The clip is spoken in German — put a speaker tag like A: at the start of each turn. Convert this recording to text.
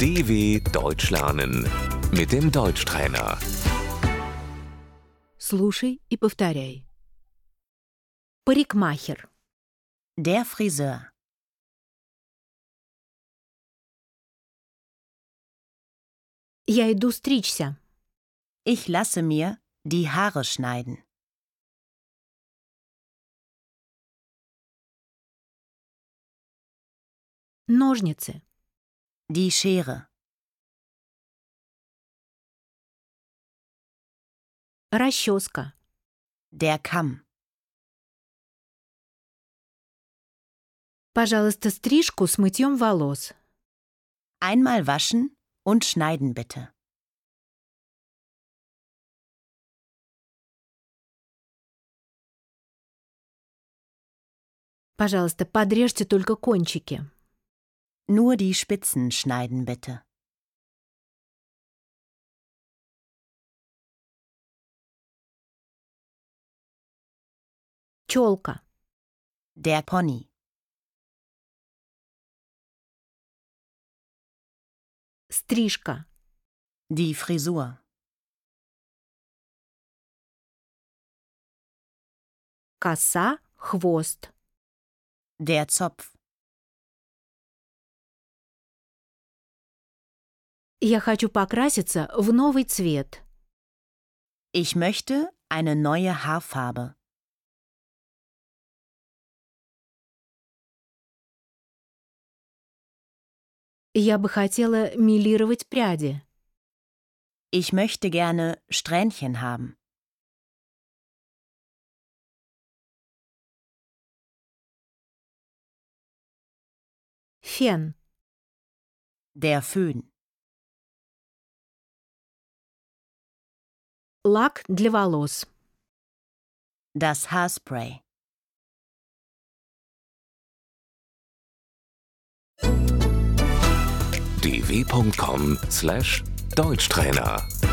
A: DW Deutsch lernen mit dem Deutschtrainer.
B: Слушай и повторяй. Парикмахер.
C: Der Friseur.
B: Я иду стричься.
C: Ich lasse mir die Haare schneiden.
B: Ножницы.
C: Die Schere.
B: Расческа.
C: Der Kamm.
B: Пожалуйста, стрижку с мытьем волос.
C: Einmal waschen und schneiden bitte.
B: Пожалуйста, подрежьте только кончики.
C: Nur die Spitzen schneiden bitte.
B: Челка.
C: Der Pony.
B: Стрижка.
C: Die Frisur.
B: Коса. Хвост.
C: Der Zopf.
B: Я хочу покраситься в новый цвет.
C: Ich möchte eine neue Haarfarbe.
B: Я бы хотела милировать пряди.
C: Ich möchte gerne Strähnchen haben.
B: Фен.
C: Der Föhn.
B: Лак для волос.
C: Das Haarspray.
A: dw.com/deutschtrainer